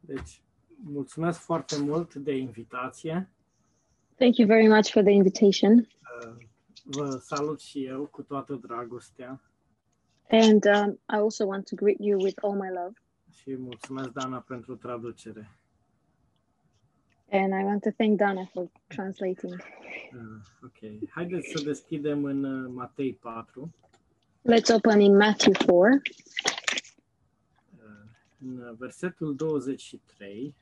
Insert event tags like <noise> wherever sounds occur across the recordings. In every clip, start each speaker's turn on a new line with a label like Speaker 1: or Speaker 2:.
Speaker 1: Deci, mulțumesc foarte mult de invitație.
Speaker 2: Thank you very much for the invitation.
Speaker 1: Vă salut și eu cu toată dragostea
Speaker 2: And um, I also want to greet you with all my love.
Speaker 1: și mulțumesc, Dana, pentru traducere.
Speaker 2: And I want to thank Dana for translating.
Speaker 1: Uh, Ok. Haideți să deschidem în uh, Matei 4,
Speaker 2: Let's open in Matthew 4,
Speaker 1: uh, în uh, versetul 23.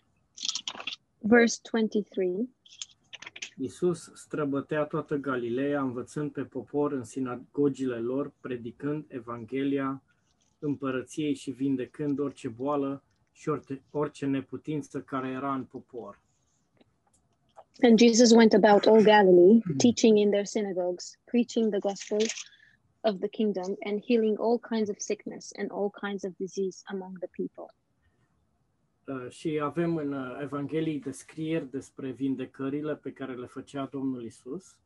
Speaker 2: verse 23.
Speaker 1: Iisus străbătea toată Galileea, învățând pe popor în sinagogile lor, predicând Evanghelia împărăției și vindecând orice boală și orice, orice neputință care era în popor.
Speaker 2: And Jesus went about all Galilee, teaching in their synagogues, preaching the gospel of the kingdom, and healing all kinds of sickness and all kinds of disease among the people.
Speaker 1: Uh, Și avem în uh, Evanghelii descrieri despre vindecările pe care le făcea Domnul Iisus.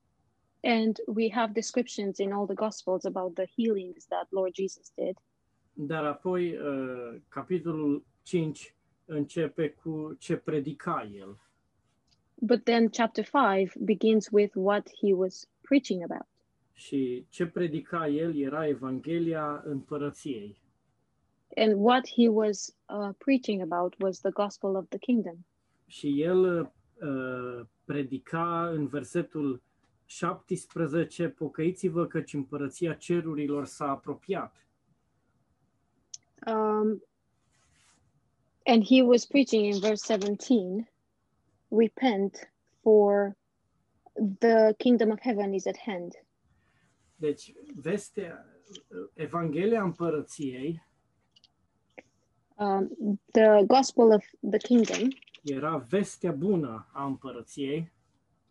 Speaker 2: And we have descriptions in all the gospels about the healings that Lord Jesus did.
Speaker 1: Dar apoi, uh, capitolul 5 începe cu ce predica el.
Speaker 2: But then chapter 5 begins with what he was preaching about.
Speaker 1: Și ce predica el era Evanghelia împărăției.
Speaker 2: And what he was uh, preaching about was the gospel of the kingdom.
Speaker 1: Și el uh, predica în versetul 17, pocăiți-vă căci împărăția cerurilor s-a apropiat.
Speaker 2: Um, and he was preaching in verse 17 repent, for the kingdom of heaven is at hand.
Speaker 1: Deci, vestea, uh, Evanghelia împărăției
Speaker 2: Um, the gospel of the kingdom
Speaker 1: era vestea bună a împărăției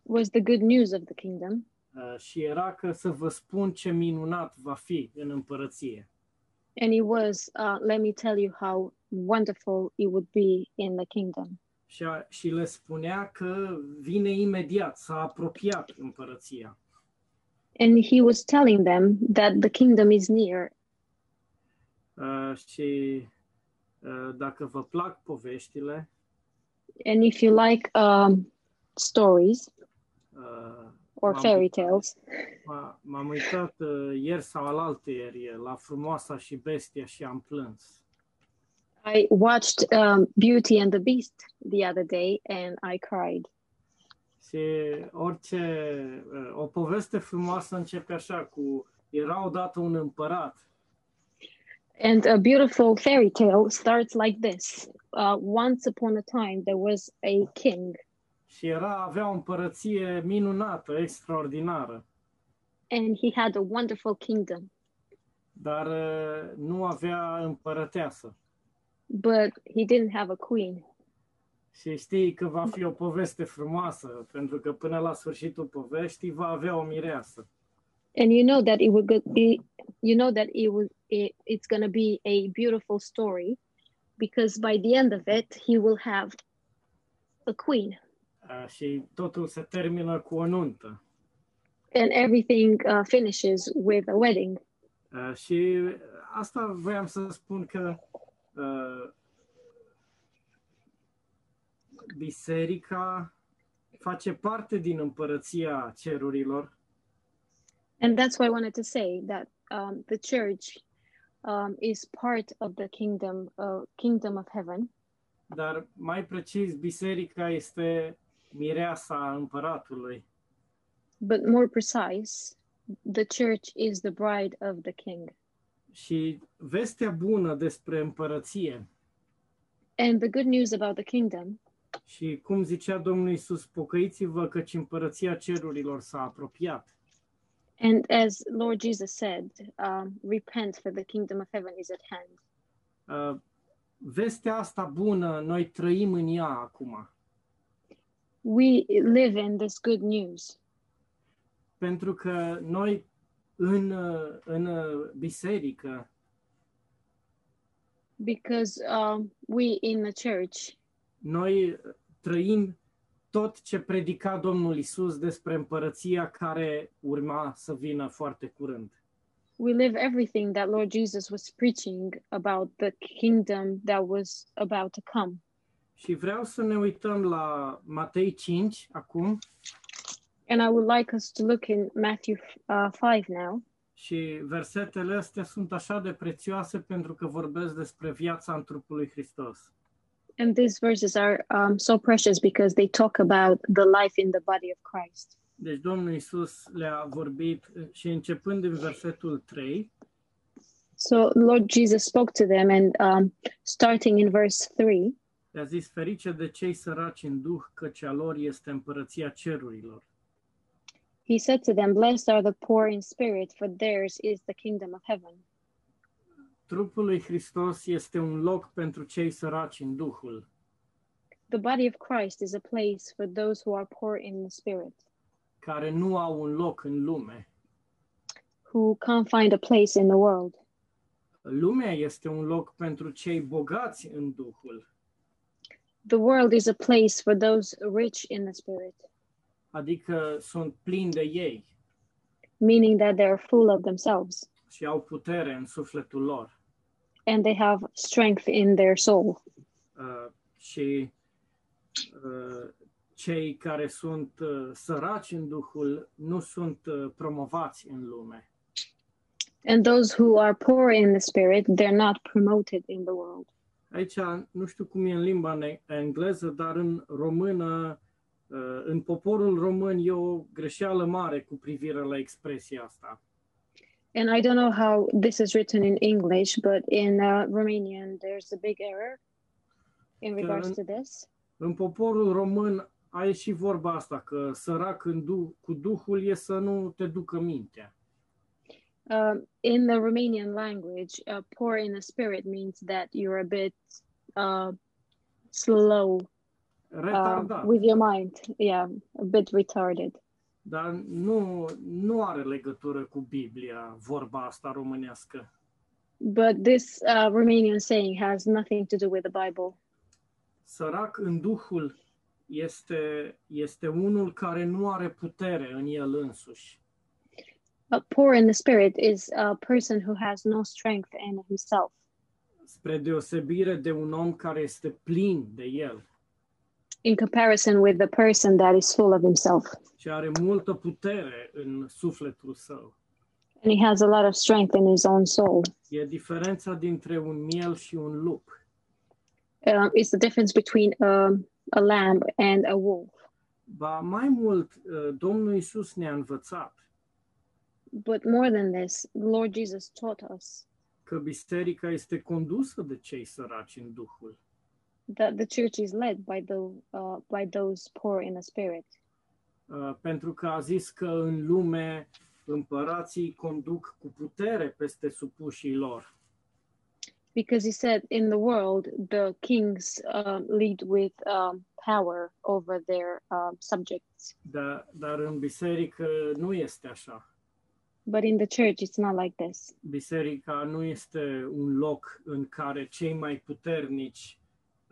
Speaker 2: was the good news of the kingdom,
Speaker 1: uh, și era că să vă spun ce minunat va fi în împărăție.
Speaker 2: and it was, uh, let me tell you how wonderful it would be in the kingdom.
Speaker 1: Și, a, și le spunea că vine imediat, s-a apropiat împărăția.
Speaker 2: And he was telling them that the kingdom is near.
Speaker 1: Uh, și uh, dacă vă plac poveștile,
Speaker 2: And if you like um, stories,
Speaker 1: uh,
Speaker 2: or
Speaker 1: Wow.
Speaker 2: fairy tales.
Speaker 1: m-a- m-am uitat uh, ieri sau alaltăieri la Frumoasa și Bestia și am plâns.
Speaker 2: I watched um, Beauty and the Beast the other day and I cried.
Speaker 1: Și orice, uh, o poveste frumoasă începe așa cu era odată un împărat
Speaker 2: And a beautiful fairy tale starts like this uh, Once upon a time, there was a king,
Speaker 1: și era, avea o împărăție minunată, extraordinară,
Speaker 2: and he had a wonderful kingdom,
Speaker 1: dar uh, nu avea împărăteasă.
Speaker 2: but he didn't have a queen.
Speaker 1: Și știi că va fi o poveste frumoasă, pentru că până la sfârșitul poveștii va avea o mireasă.
Speaker 2: And you know that it would go- it, you know that it would it, it's going to be a beautiful story because by the end of it he will have a queen
Speaker 1: Uh, Și totul se termină cu o nuntă.
Speaker 2: and everything uh, finishes with a wedding
Speaker 1: Uh, Și asta voiam să spun că uh, biserica face parte din împărăția cerurilor
Speaker 2: And that's what I wanted to say that um, the church um, is part of the kingdom, uh, kingdom of heaven.
Speaker 1: Dar mai precis, biserica este mireasa împăratului
Speaker 2: But more precise, the church is the bride of the king.
Speaker 1: și vestea bună despre împărăție
Speaker 2: And the good news about the kingdom,
Speaker 1: și cum zicea Domnul Iisus, pocăiți-vă căci împărăția cerurilor s-a apropiat.
Speaker 2: and as Lord Jesus said, um, repent for the kingdom of heaven is at hand.
Speaker 1: Uh, Vestea asta bună, noi trăim în ea acum,
Speaker 2: We live in this good news
Speaker 1: pentru că noi în, uh, în uh, biserică
Speaker 2: because um, we in the church,
Speaker 1: noi trăim tot ce predica Domnul Isus despre împărăția care urma să vină foarte curând.
Speaker 2: we live everything that Lord Jesus was preaching about the kingdom that was about to come.
Speaker 1: Și vreau să ne uităm la Matei 5 acum
Speaker 2: And I would like us to look in Matthew uh, 5 now.
Speaker 1: și versetele astea sunt așa de prețioase pentru că vorbesc despre viața în trupul lui Hristos.
Speaker 2: And these verses are um, so precious because they talk about the life in the body of Christ.
Speaker 1: Deci Domnul Isus le-a vorbit și începând din versetul 3,
Speaker 2: So Lord Jesus spoke to them, and um, starting in verse 3,
Speaker 1: le-a zis, ferice de cei săraci în duh, căci a lor este împărăția cerurilor.
Speaker 2: he said to them, Blessed are the poor in spirit, for theirs is the kingdom of heaven.
Speaker 1: Trupul lui Hristos este un loc pentru cei săraci în duhul.
Speaker 2: The body of Christ is a place for those who are poor in the spirit,
Speaker 1: care nu au un loc în lume.
Speaker 2: who can't find a place in the world.
Speaker 1: Lumea este un loc pentru cei bogați în Duhul,
Speaker 2: The world is a place for those rich in the spirit,
Speaker 1: adică sunt plini de ei
Speaker 2: meaning that they're full of themselves
Speaker 1: și au putere în sufletul lor.
Speaker 2: and they have strength in their soul.
Speaker 1: Uh, și uh, cei care sunt uh, săraci în Duhul nu sunt uh, promovați în lume.
Speaker 2: And those who are poor in the spirit, they're not promoted in the world.
Speaker 1: Aici nu știu cum e în limba ne- engleză, dar în română, uh, în poporul român e o greșeală mare cu privire la expresia asta.
Speaker 2: And I don't know how this is written in English, but in uh, Romanian, there's a big error in regards to this.
Speaker 1: În poporul român ai și vorba asta, că sărac în du- cu Duhul e să nu te ducă mintea.
Speaker 2: Um, in the Romanian language, uh, poor in the spirit means that you're a bit uh, slow uh,
Speaker 1: Retardat,
Speaker 2: with your mind. Yeah, a bit retarded.
Speaker 1: dar nu, nu are legătură cu Biblia vorba asta românească.
Speaker 2: But this uh, Romanian saying has nothing to do with the Bible.
Speaker 1: Sărac în Duhul este, este unul care nu are putere în el însuși.
Speaker 2: Uh, poor in the spirit is a person who has no strength in himself.
Speaker 1: spre deosebire de un om care este plin de el
Speaker 2: in comparison with the person that is full of himself.
Speaker 1: și are multă putere în sufletul său.
Speaker 2: And he has a lot of strength in his own soul.
Speaker 1: E diferența dintre un miel și un lup.
Speaker 2: Um, it's the difference between um, a lamb and a wolf.
Speaker 1: Ba mai mult, uh, Domnul Isus ne-a învățat
Speaker 2: But more than this, the Lord Jesus taught us
Speaker 1: că biserica este condusă de cei săraci în Duhul.
Speaker 2: that the church is led by the uh, by those poor in the spirit,
Speaker 1: Uh, Pentru că a zis că în lume împărații conduc cu putere peste supușii lor.
Speaker 2: because he said, "In the world, the kings um lead with um, power over their um, subjects."
Speaker 1: Dar, dar în biserică nu este așa.
Speaker 2: But in the church, it's not like this.
Speaker 1: biserica nu este un loc în care cei mai puternici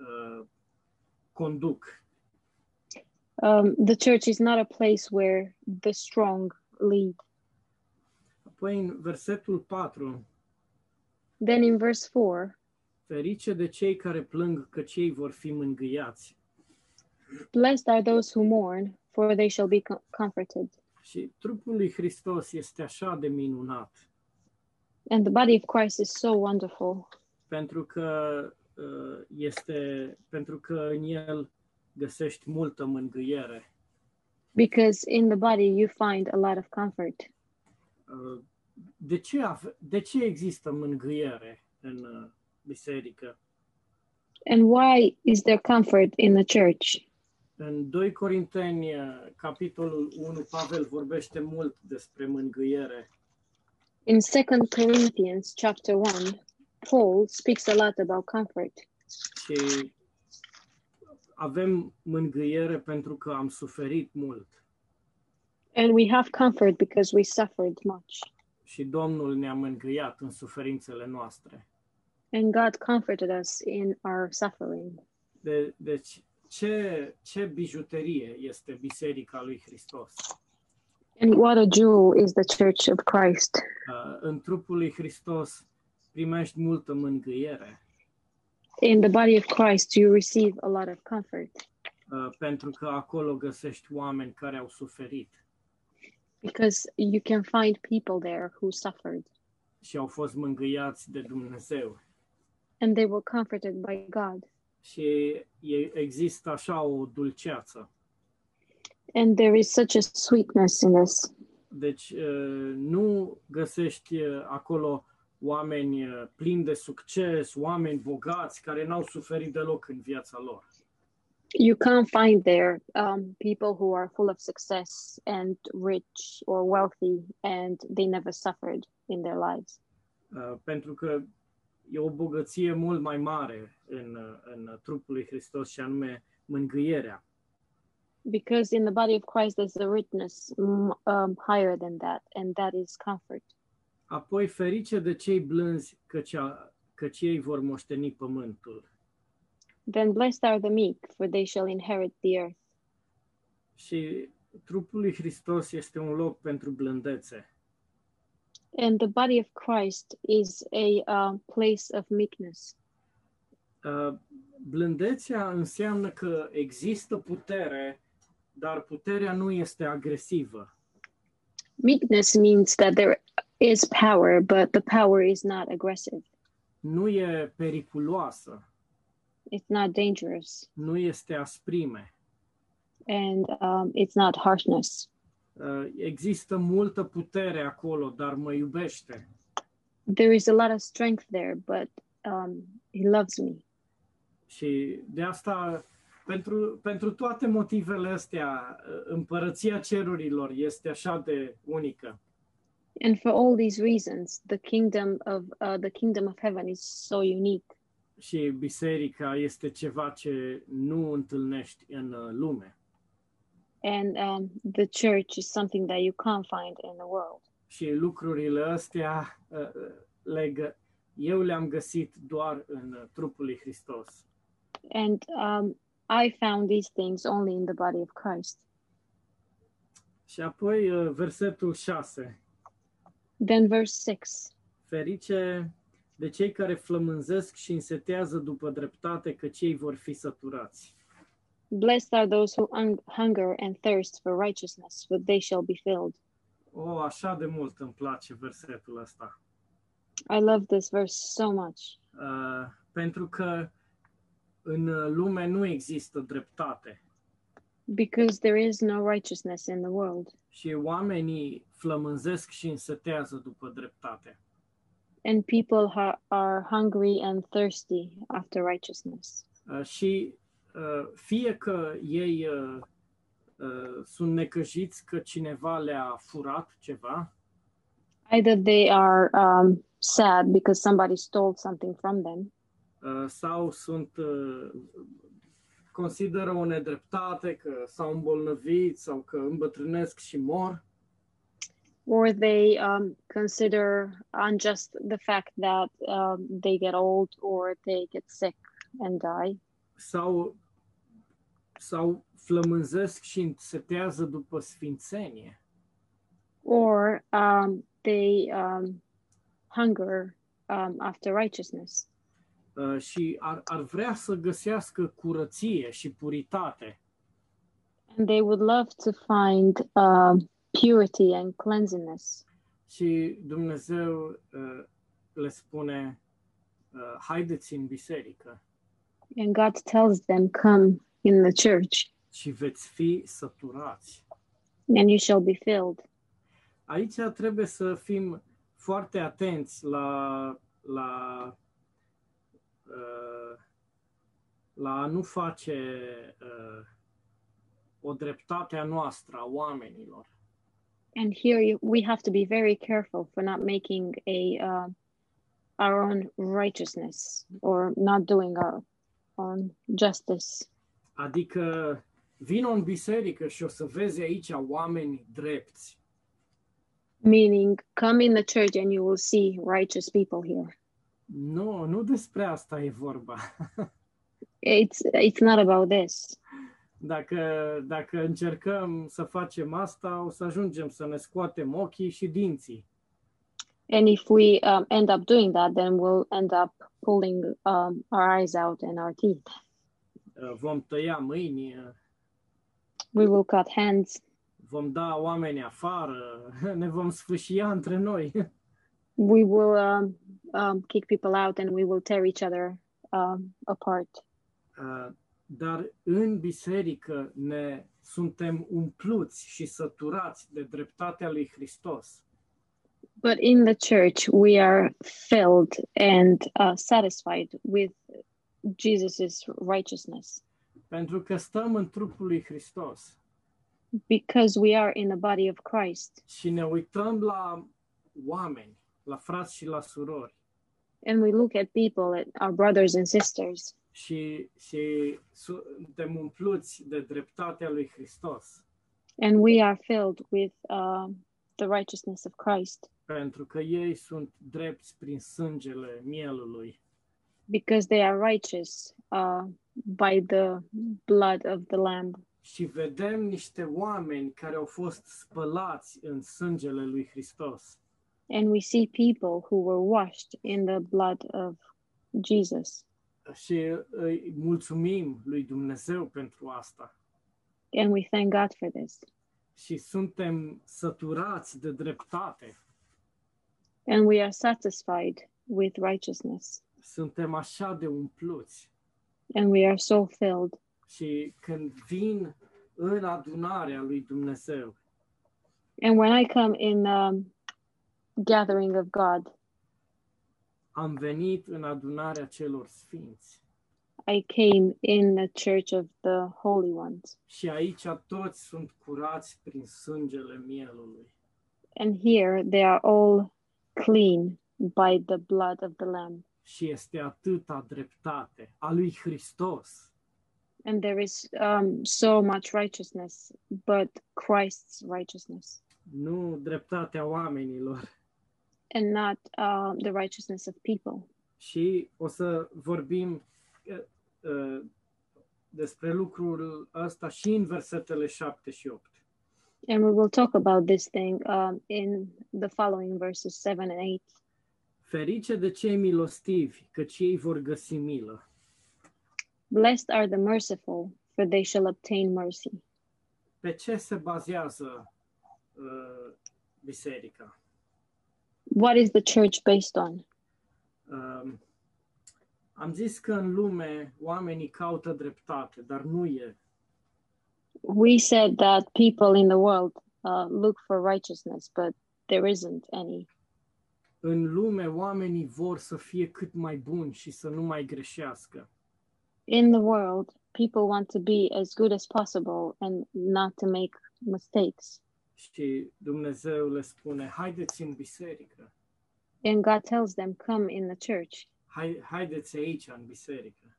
Speaker 1: uh, conduc.
Speaker 2: Um, the church is not a place where the strong lead.
Speaker 1: Apoi în versetul 4,
Speaker 2: Then in verse 4,
Speaker 1: ferice de cei care plâng că cei vor fi mângâiați.
Speaker 2: blessed are those who mourn, for they shall be com- comforted.
Speaker 1: Și trupul lui Hristos este așa de minunat,
Speaker 2: And the body of Christ is so wonderful
Speaker 1: pentru că uh, este pentru că în el găsești multă mângâiere.
Speaker 2: because in the body you find a lot of comfort.
Speaker 1: Uh, De ce, ave- de ce există mângâiere în uh, biserică?
Speaker 2: And why is there comfort in the church?
Speaker 1: În 2 Corinteni, eh, capitolul 1, Pavel vorbește mult despre mângâiere
Speaker 2: In 2 Corinthians chapter 1, Paul speaks a lot about comfort.
Speaker 1: și avem mângâiere pentru că am suferit mult
Speaker 2: And we have comfort because we suffered much.
Speaker 1: și Domnul ne-a mângâiat în suferințele noastre.
Speaker 2: And God comforted us in our suffering.
Speaker 1: De, deci, ce, ce bijuterie este Biserica lui Hristos?
Speaker 2: And what a jewel is the church of Christ.
Speaker 1: Eh, Uh, În trupul lui Hristos primești multă mângâiere,
Speaker 2: In the body of Christ, you receive a lot of comfort
Speaker 1: uh, pentru că acolo găsești oameni care au suferit
Speaker 2: because you can find people there who suffered
Speaker 1: și au fost mângâiați de Dumnezeu.
Speaker 2: and they were comforted by God.
Speaker 1: Și e, există așa o dulceață.
Speaker 2: And there is such a sweetness in this.
Speaker 1: Deci uh, nu găsești uh, acolo oameni uh, plini de succes, oameni bogați care n-au suferit deloc în viața lor.
Speaker 2: You can't find there um, people who are full of success and rich or wealthy and they never suffered in their lives
Speaker 1: Uh, pentru că e o bogăție mult mai mare în, uh, în trupul lui Hristos și anume mângâierea.
Speaker 2: because in the body of Christ there's a richness mm, um, higher than that, and that is comfort.
Speaker 1: Apoi ferice de cei blânzi căci, a, căci ei vor moșteni pământul.
Speaker 2: Then blessed are the meek, for they shall inherit the earth.
Speaker 1: Și trupul lui Hristos este un loc pentru blândețe.
Speaker 2: And the body of Christ is a um, place of meekness.
Speaker 1: Uh, Blândețea înseamnă că există putere, dar puterea nu este agresivă.
Speaker 2: Meekness means that there is power, but the power is not aggressive.
Speaker 1: Nu e periculoasă,
Speaker 2: It's not dangerous,
Speaker 1: nu este asprime.
Speaker 2: and um, it's not harshness.
Speaker 1: Uh, Există multă putere acolo, dar mă iubește.
Speaker 2: There is a lot of strength there, but um, he loves me.
Speaker 1: Și de asta, pentru, pentru toate motivele astea, uh, împărăția cerurilor este așa de unică.
Speaker 2: And for all these reasons, the kingdom of uh, the kingdom of heaven is so unique,
Speaker 1: și biserica este ceva ce nu întâlnești în uh, lume.
Speaker 2: and um, the church is something that you can't find in the world.
Speaker 1: Și lucrurile astea uh, le gă- eu le-am găsit doar în uh, trupul lui Hristos.
Speaker 2: And um, I found these things only in the body of Christ.
Speaker 1: Și apoi uh, versetul 6.
Speaker 2: Then verse six.
Speaker 1: Ferice de cei care flămânzesc și însetează după dreptate, că cei vor fi săturați.
Speaker 2: Blessed are those who hung- hunger and thirst for righteousness, for they shall be filled.
Speaker 1: O, oh, așa de mult îmi place versetul ăsta.
Speaker 2: I love this verse so much
Speaker 1: Uh, pentru că în uh, lume nu există dreptate.
Speaker 2: because there is no righteousness in the world,
Speaker 1: și oamenii flămânzesc și însetează după dreptate.
Speaker 2: and people ha- are hungry and thirsty after righteousness.
Speaker 1: Uh, Și uh, fie că ei uh, uh, sunt necăjiți că cineva le-a furat ceva,
Speaker 2: Either they are um, sad because somebody stole something from them,
Speaker 1: uh, sau sunt uh, consideră o nedreptate că s-au îmbolnăvit sau că îmbătrânesc și mor,
Speaker 2: or they um, consider unjust the fact that um, they get old or they get sick and die,
Speaker 1: sau sau flămânzesc și însetează după sfințenie.
Speaker 2: or um, they um, hunger um, after righteousness.
Speaker 1: Uh, și ar, ar vrea să găsească curăție și puritate.
Speaker 2: And they would love to find um purity and cleansiness.
Speaker 1: Și Dumnezeu uh, le spune, uh, haideți în biserică
Speaker 2: And God tells them, Come in the church,
Speaker 1: și veți fi săturați.
Speaker 2: and you shall be filled.
Speaker 1: Aici trebuie să fim foarte atenți la, la, uh, la a nu face uh, o dreptate a noastră, a oamenilor.
Speaker 2: And here you, we have to be very careful for not making a uh, our own righteousness or not doing our own justice.
Speaker 1: Adică vino în biserică și o să vezi aici oameni drepți.
Speaker 2: Meaning, come in the church and you will see righteous people here.
Speaker 1: Nu, nu despre asta e vorba.
Speaker 2: It's it's not about this.
Speaker 1: Dacă, dacă încercăm să facem asta, o să ajungem să ne scoatem ochii și dinții.
Speaker 2: And if we um, end up doing that, then we'll end up pulling um, our eyes out and our teeth.
Speaker 1: Uh, Vom tăia mâini, uh,
Speaker 2: We will cut hands.
Speaker 1: vom da oameni afară, <laughs> ne vom sfâșia între noi. <laughs>
Speaker 2: We will um, um, kick people out and we will tear each other um, apart.
Speaker 1: Uh, Dar în biserică ne suntem umpluți și săturați de dreptatea lui Hristos.
Speaker 2: But in the church, we are filled and uh, satisfied with Jesus' righteousness
Speaker 1: Pentru că stăm în trupul lui Hristos
Speaker 2: because we are in the body of Christ
Speaker 1: și ne uităm la oameni, la frați și la surori
Speaker 2: and we look at people, at our brothers and sisters,
Speaker 1: și, și suntem umpluți de dreptatea lui Hristos
Speaker 2: and we are filled with um the righteousness of Christ
Speaker 1: pentru că ei sunt drepți prin sângele mielului.
Speaker 2: because they are righteous uh, by the blood of the Lamb.
Speaker 1: Și vedem niște oameni care au fost spălați în sângele lui Hristos.
Speaker 2: And we see people who were washed in the blood of Jesus.
Speaker 1: și îi mulțumim lui Dumnezeu pentru asta.
Speaker 2: And we thank God for this.
Speaker 1: Și suntem săturați de dreptate.
Speaker 2: And we are satisfied with righteousness.
Speaker 1: Suntem așa de umpluți.
Speaker 2: And we are so filled.
Speaker 1: Și când vin în adunarea lui Dumnezeu,
Speaker 2: And when I come in um, gathering of God,
Speaker 1: am venit în adunarea celor sfinți.
Speaker 2: I came in the church of the holy ones.
Speaker 1: Și aici toți sunt curați prin sângele mielului.
Speaker 2: And here they are all clean by the blood of the Lamb.
Speaker 1: Și este atâta dreptate a lui Hristos.
Speaker 2: and there is um, so much righteousness, but Christ's righteousness
Speaker 1: Nu dreptatea oamenilor.
Speaker 2: and not uh, the righteousness of people.
Speaker 1: și o să vorbim eh, eh, despre lucrul ăsta și în versetele 7 și 8.
Speaker 2: And we will talk about this thing um, in the following verses 7 and 8.
Speaker 1: Ferice de cei milostivi, căci ei vor găsi milă.
Speaker 2: Blessed are the merciful, for they shall obtain mercy.
Speaker 1: Pe ce se bazează uh, biserica?
Speaker 2: What is the church based on?
Speaker 1: Uh, am zis că în lume oamenii caută dreptate, dar nu e.
Speaker 2: We said that people in the world uh, look for righteousness, but there isn't any.
Speaker 1: În lume oamenii vor să fie cât mai buni și să nu mai greșească.
Speaker 2: In the world, people want to be as good as possible and not to make mistakes.
Speaker 1: Și Dumnezeu le spune, haideți în biserică.
Speaker 2: And God tells them, Come in the church,
Speaker 1: hai, haideți aici în biserică.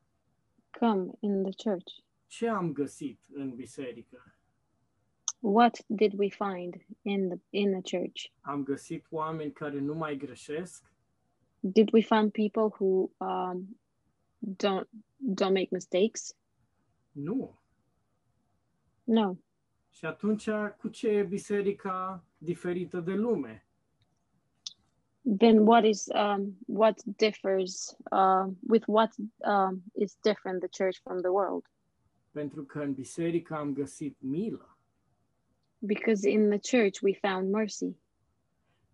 Speaker 2: come in the church.
Speaker 1: Ce am găsit în biserică?
Speaker 2: What did we find in the in the church?
Speaker 1: Am găsit oameni care nu mai greșesc,
Speaker 2: Did we find people who um, don't don't make mistakes?
Speaker 1: nu.
Speaker 2: No.
Speaker 1: Și atunci, cu ce e biserica diferită de lume?
Speaker 2: Then what is um, what differs uh, with what um, is different the church from the world?
Speaker 1: Pentru că în biserică am găsit milă.
Speaker 2: Because in the church we found mercy,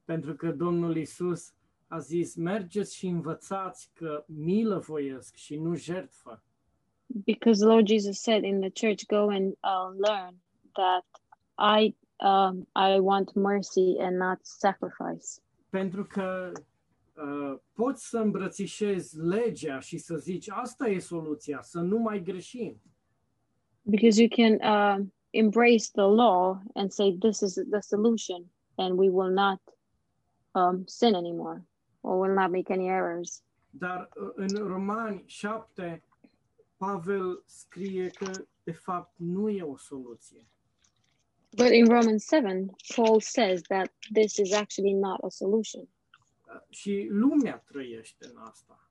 Speaker 1: Pentru că Domnul Isus a zis, mergeți și învățați că milă voiesc și nu jertfă.
Speaker 2: because Lord Jesus said in the church, "Go and uh, learn that I um, I want mercy and not sacrifice."
Speaker 1: Pentru că uh, poți să îmbrățișezi legea și să zici, asta e soluția, să nu mai greșim.
Speaker 2: because you can um, embrace the law and say this is the solution and we will not um, sin anymore or will not make any errors
Speaker 1: Dar uh, în Romani 7, Pavel scrie că, de fapt, nu e o soluție.
Speaker 2: but in romans 7 paul says that this is actually not a solution
Speaker 1: Uh, Și lumea trăiește în asta.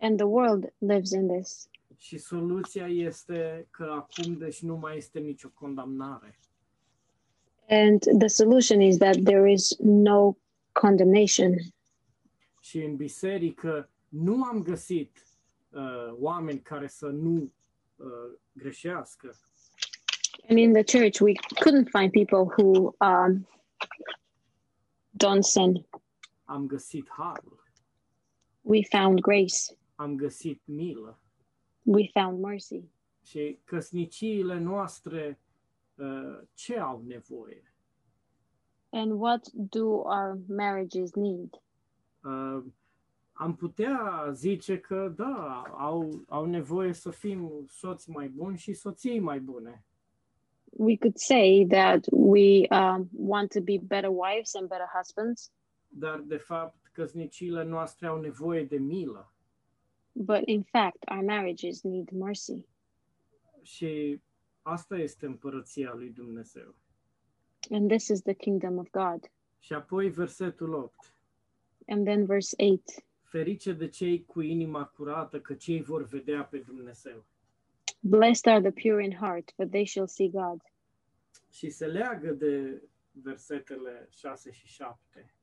Speaker 2: and the world lives in this
Speaker 1: Și soluția este că acum, deci, nu mai este nicio condamnare.
Speaker 2: and the solution is that there is no condemnation.
Speaker 1: Și în biserică nu am găsit uh, oameni care să nu uh, greșească.
Speaker 2: And in the church, we couldn't find people who um, don't sin.
Speaker 1: Am găsit harul,
Speaker 2: We found grace,
Speaker 1: am găsit milă.
Speaker 2: we found mercy.
Speaker 1: Și căsniciile noastre uh, ce au nevoie?
Speaker 2: And what do our marriages need?
Speaker 1: Uh, am putea zice că da, au, au nevoie să fim soți mai buni și soții mai bune.
Speaker 2: We could say that we um, want to be better wives and better husbands,
Speaker 1: Dar, de fapt, căsniciile noastre au nevoie de milă.
Speaker 2: but in fact, our marriages need mercy.
Speaker 1: Și asta este împărăția lui Dumnezeu.
Speaker 2: And this is the kingdom of God.
Speaker 1: Și apoi versetul 8.
Speaker 2: And then verse 8
Speaker 1: Ferice de cei cu inima curată, că cei vor vedea pe Dumnezeu.
Speaker 2: Blessed are the pure in heart, for they shall see God.
Speaker 1: Și se leagă de versetele 6 și 7.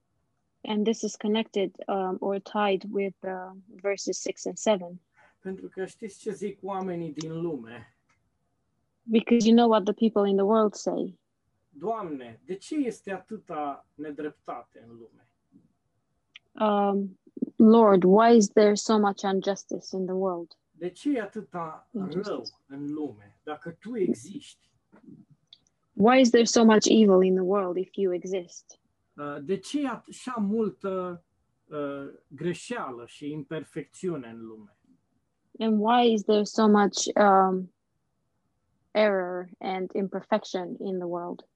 Speaker 2: And this is connected um, or tied with uh, verses 6 and 7.
Speaker 1: Pentru că știți ce zic oamenii din lume?
Speaker 2: Because you know what the people in the world say
Speaker 1: Doamne, de ce este atâta nedreptate în lume?
Speaker 2: um, Lord, why is there so much injustice in the world?
Speaker 1: De ce e atâta rău în lume dacă tu existi?
Speaker 2: Why is there so much evil in the world if you exist?
Speaker 1: Uh, De ce e așa multă uh, greșeală și imperfecțiune în lume?
Speaker 2: And why is there so much um, error and imperfection in the world?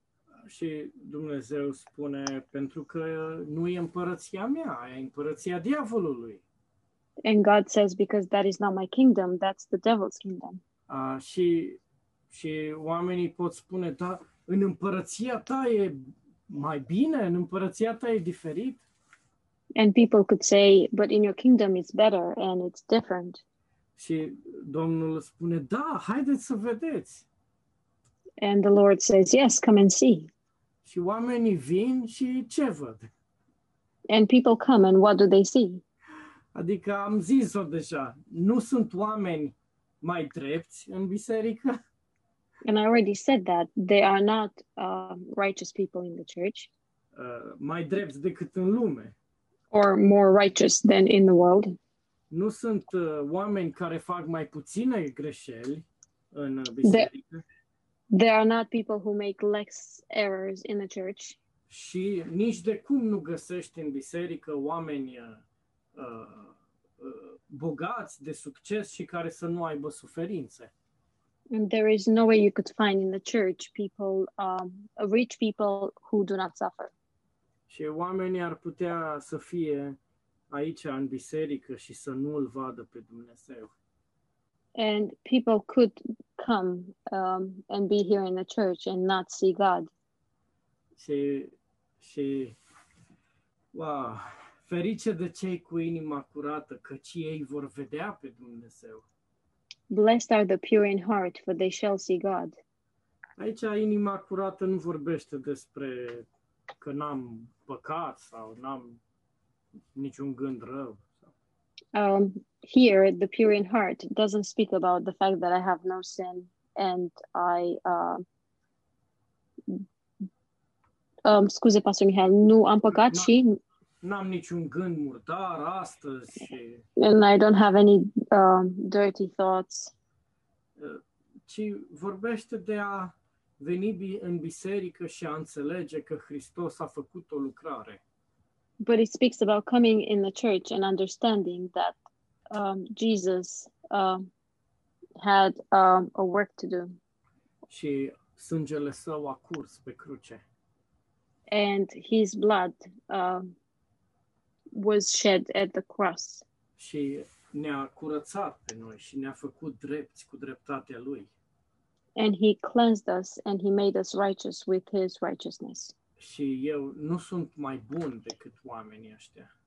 Speaker 1: Și Dumnezeu spune, pentru că nu e împărăția mea, e împărăția diavolului.
Speaker 2: And God says, because that is not my kingdom, that's the devil's kingdom.
Speaker 1: A, și, și oamenii pot spune, da, în împărăția ta e mai bine, în împărăția ta e diferit.
Speaker 2: And people could say, but in your kingdom it's better and it's different.
Speaker 1: Și Domnul spune, da, haideți să vedeți.
Speaker 2: And the Lord says, yes, come and see.
Speaker 1: Și oamenii vin și ce văd?
Speaker 2: And people come, and what do they see?
Speaker 1: Adică am zis-o deja, nu sunt oameni mai drepți în biserică,
Speaker 2: And I already said that they are not um righteous people in the church
Speaker 1: uh, mai drepți decât în lume.
Speaker 2: or more righteous than in the world.
Speaker 1: nu sunt uh, oameni care fac mai puține greșeli în uh, biserică
Speaker 2: They are not people who make less errors in the church.
Speaker 1: și nici de cum nu găsești în biserică oameni uh, uh, uh, bogați de succes și care să nu aibă suferințe.
Speaker 2: And there is no way you could find in the church people, um, rich people who do not suffer.
Speaker 1: Și oamenii ar putea să fie aici în biserică și să nu îl vadă pe Dumnezeu.
Speaker 2: And people could come um, and be here in the church and not see God.
Speaker 1: Și, și wow, ferice de cei cu inima curată, căci ei vor vedea pe Dumnezeu.
Speaker 2: Blessed are the pure in heart, for they shall see God.
Speaker 1: Aici inima curată nu vorbește despre că n-am păcat sau n-am niciun gând rău.
Speaker 2: um, here the pure in heart doesn't speak about the fact that i have no sin and i uh, um, scuze pastor Mihail, nu am păcat
Speaker 1: Da.
Speaker 2: și
Speaker 1: N-am niciun gând murdar astăzi și
Speaker 2: and i don't have any um, dirty thoughts
Speaker 1: ci vorbește de a veni bi- în biserică și a înțelege că Hristos a făcut o lucrare
Speaker 2: but it speaks about coming in the church and understanding that um, jesus um, had um, a work to do
Speaker 1: și sângele său a curs pe cruce.
Speaker 2: and his blood um, was shed at the cross
Speaker 1: Și ne-a curățat pe noi și ne-a făcut drepți cu dreptatea lui.
Speaker 2: and he cleansed us and he made us righteous with his righteousness
Speaker 1: Și eu nu sunt mai bun decât oamenii ăștia.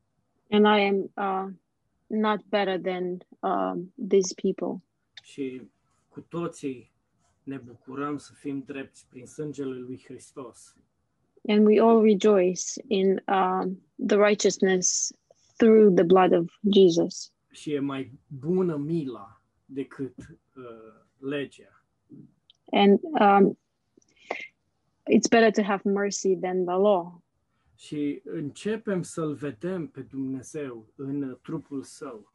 Speaker 2: and i am uh, not better than um, these people
Speaker 1: și cu toții ne bucurăm să fim drepți prin sângele lui Hristos.
Speaker 2: and we all rejoice in um, the righteousness through the blood of Jesus.
Speaker 1: și e mai bună mila decât uh, legea.
Speaker 2: And um, it's better to have mercy than the law.
Speaker 1: Și începem să-L vedem pe Dumnezeu în uh, trupul Său.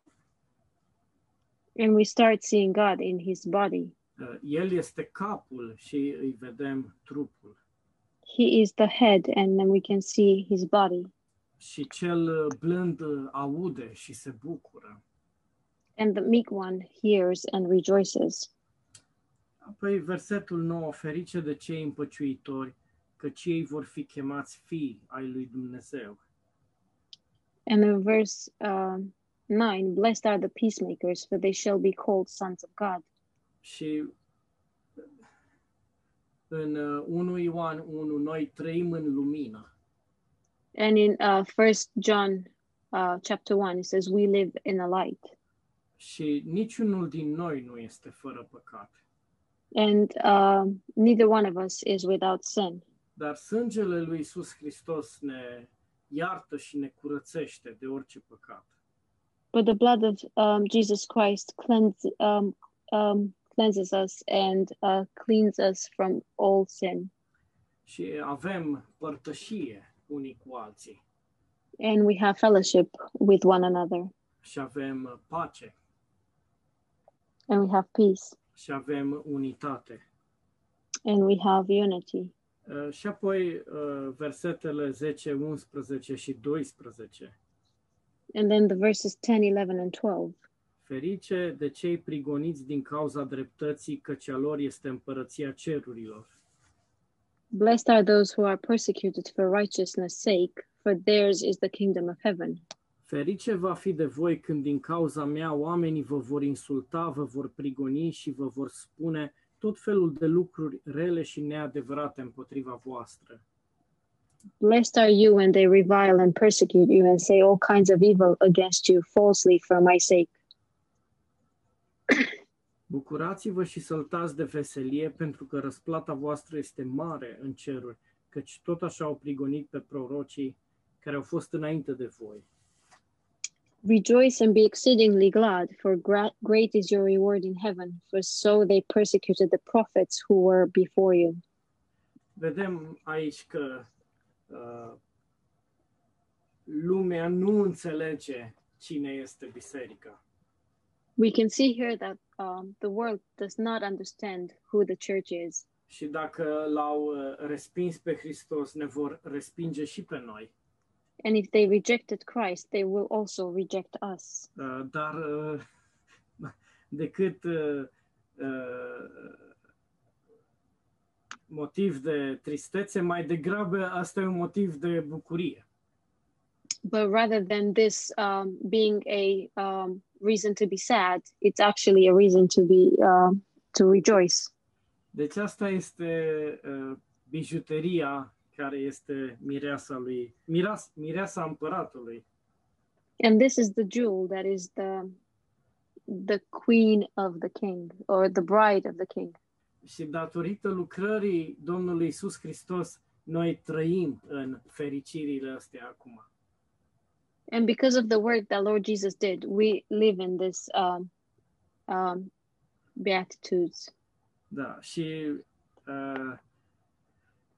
Speaker 2: And we start seeing God in his body.
Speaker 1: Uh, El este capul și îi vedem trupul.
Speaker 2: He is the head, and then we can see his body.
Speaker 1: Și cel uh, blând uh, aude și se bucură.
Speaker 2: And the meek one hears and rejoices.
Speaker 1: Apoi versetul 9, ferice de cei împăciuitori, căci ei vor fi chemați fii ai lui Dumnezeu.
Speaker 2: And in verse um 9, blessed are the peacemakers, for they shall be called sons of God.
Speaker 1: Și în uh, 1 Ioan 1, noi trăim în lumină.
Speaker 2: And in uh, 1 John uh, chapter 1, it says, We live in the light.
Speaker 1: și niciunul din noi nu este fără păcat.
Speaker 2: And um neither one of us is without sin.
Speaker 1: Dar sângele lui Isus Hristos ne iartă și ne curățește de orice păcat.
Speaker 2: But the blood of um, Jesus Christ cleanse, um, um, cleanses us and uh, cleans us from all sin.
Speaker 1: Și avem părtășie unii cu alții
Speaker 2: And we have fellowship with one another,
Speaker 1: și avem pace
Speaker 2: and we have peace,
Speaker 1: și avem unitate.
Speaker 2: and we have unity.
Speaker 1: Uh, Și apoi uh, versetele 10, 11 și 12.
Speaker 2: And then the verses 10, 11, and 12.
Speaker 1: Ferice de cei prigoniți din cauza dreptății, căci a lor este împărăția cerurilor.
Speaker 2: Blessed are those who are persecuted for righteousness' sake, for theirs is the kingdom of heaven.
Speaker 1: Ferice va fi de voi când din cauza mea oamenii vă vor insulta, vă vor prigoni și vă vor spune tot felul de lucruri rele și neadevărate împotriva voastră.
Speaker 2: Blessed are you when they revile and persecute you and say all kinds of evil against you falsely for my sake.
Speaker 1: Bucurați-vă și săltați de veselie, pentru că răsplata voastră este mare în ceruri, căci tot așa au prigonit pe prorocii care au fost înainte de voi.
Speaker 2: Rejoice and be exceedingly glad, for gra- great is your reward in heaven, for so they persecuted the prophets who were before you.
Speaker 1: Vedem aici că uh, lumea nu înțelege cine este biserica.
Speaker 2: We can see here that um, the world does not understand who the church is.
Speaker 1: Și dacă l-au uh, respins pe Hristos, ne vor respinge și pe noi.
Speaker 2: And if they rejected Christ, they will also reject us.
Speaker 1: Uh, Dar uh, <laughs> decât uh, uh, motiv de tristețe, mai degrabă asta e un motiv de bucurie.
Speaker 2: But rather than this um, being a um, reason to be sad, it's actually a reason to be um to rejoice.
Speaker 1: Deci asta este uh, bijuteria care este mireasa lui, miras, mireasa împăratului.
Speaker 2: And this is the jewel that is the the queen of the king or the bride of the king.
Speaker 1: Și datorită lucrării Domnului Isus Hristos, noi trăim în fericirile astea acum.
Speaker 2: And because of the work that Lord Jesus did, we live in this um, um, beatitudes.
Speaker 1: Da, și uh,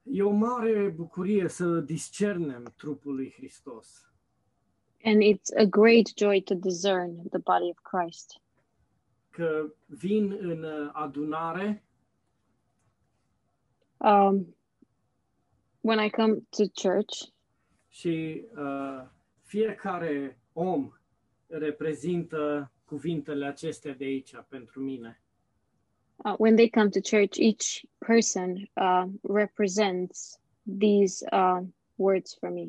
Speaker 1: e o mare bucurie să discernem trupul lui Hristos.
Speaker 2: And it's a great joy to discern the body of Christ.
Speaker 1: Că vin în uh, adunare
Speaker 2: Um, when I come to church,
Speaker 1: și uh, fiecare om reprezintă cuvintele acestea de aici pentru mine.
Speaker 2: uh, when they come to church, each person uh, represents these uh, words for me.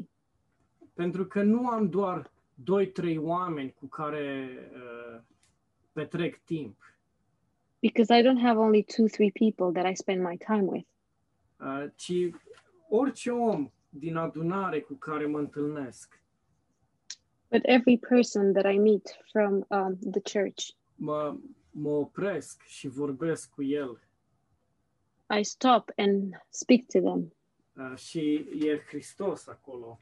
Speaker 1: Pentru că nu am doar doi, trei oameni cu care uh, petrec timp.
Speaker 2: Because I don't have only two, three people that I spend my time with.
Speaker 1: Uh, ci orice om din adunare cu care mă întâlnesc
Speaker 2: But every person that I meet from um, the church,
Speaker 1: mă, mă opresc și vorbesc cu el
Speaker 2: I stop and speak to them.
Speaker 1: Uh, și e Hristos acolo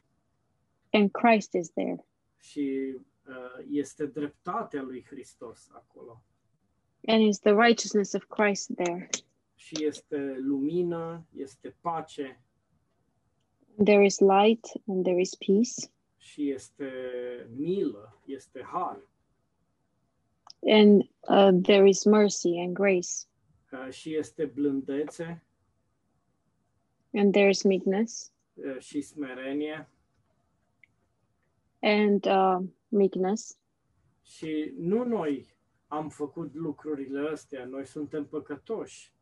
Speaker 2: and Christ is there,
Speaker 1: și uh, este dreptatea lui Hristos acolo
Speaker 2: and is the righteousness of Christ there.
Speaker 1: și este lumină, este pace
Speaker 2: There is light and there is peace,
Speaker 1: și este milă, este har
Speaker 2: and uh, there is mercy and grace,
Speaker 1: uh, și este blândețe
Speaker 2: and there is meekness
Speaker 1: uh, și smerenie
Speaker 2: and uh, meekness.
Speaker 1: și nu noi am făcut lucrurile astea, noi suntem păcătoși,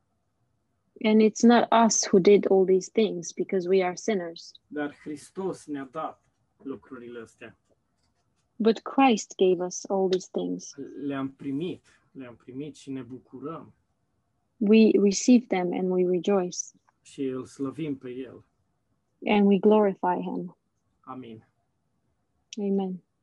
Speaker 2: And it's not us who did all these things because we are sinners,
Speaker 1: dar Hristos ne-a dat lucrurile astea,
Speaker 2: but Christ gave us all these things.
Speaker 1: le-am primit, le-am primit și ne bucurăm
Speaker 2: We receive them and we rejoice
Speaker 1: și îl slăvim pe El.
Speaker 2: and we glorify Him.
Speaker 1: Amin.
Speaker 2: Amen.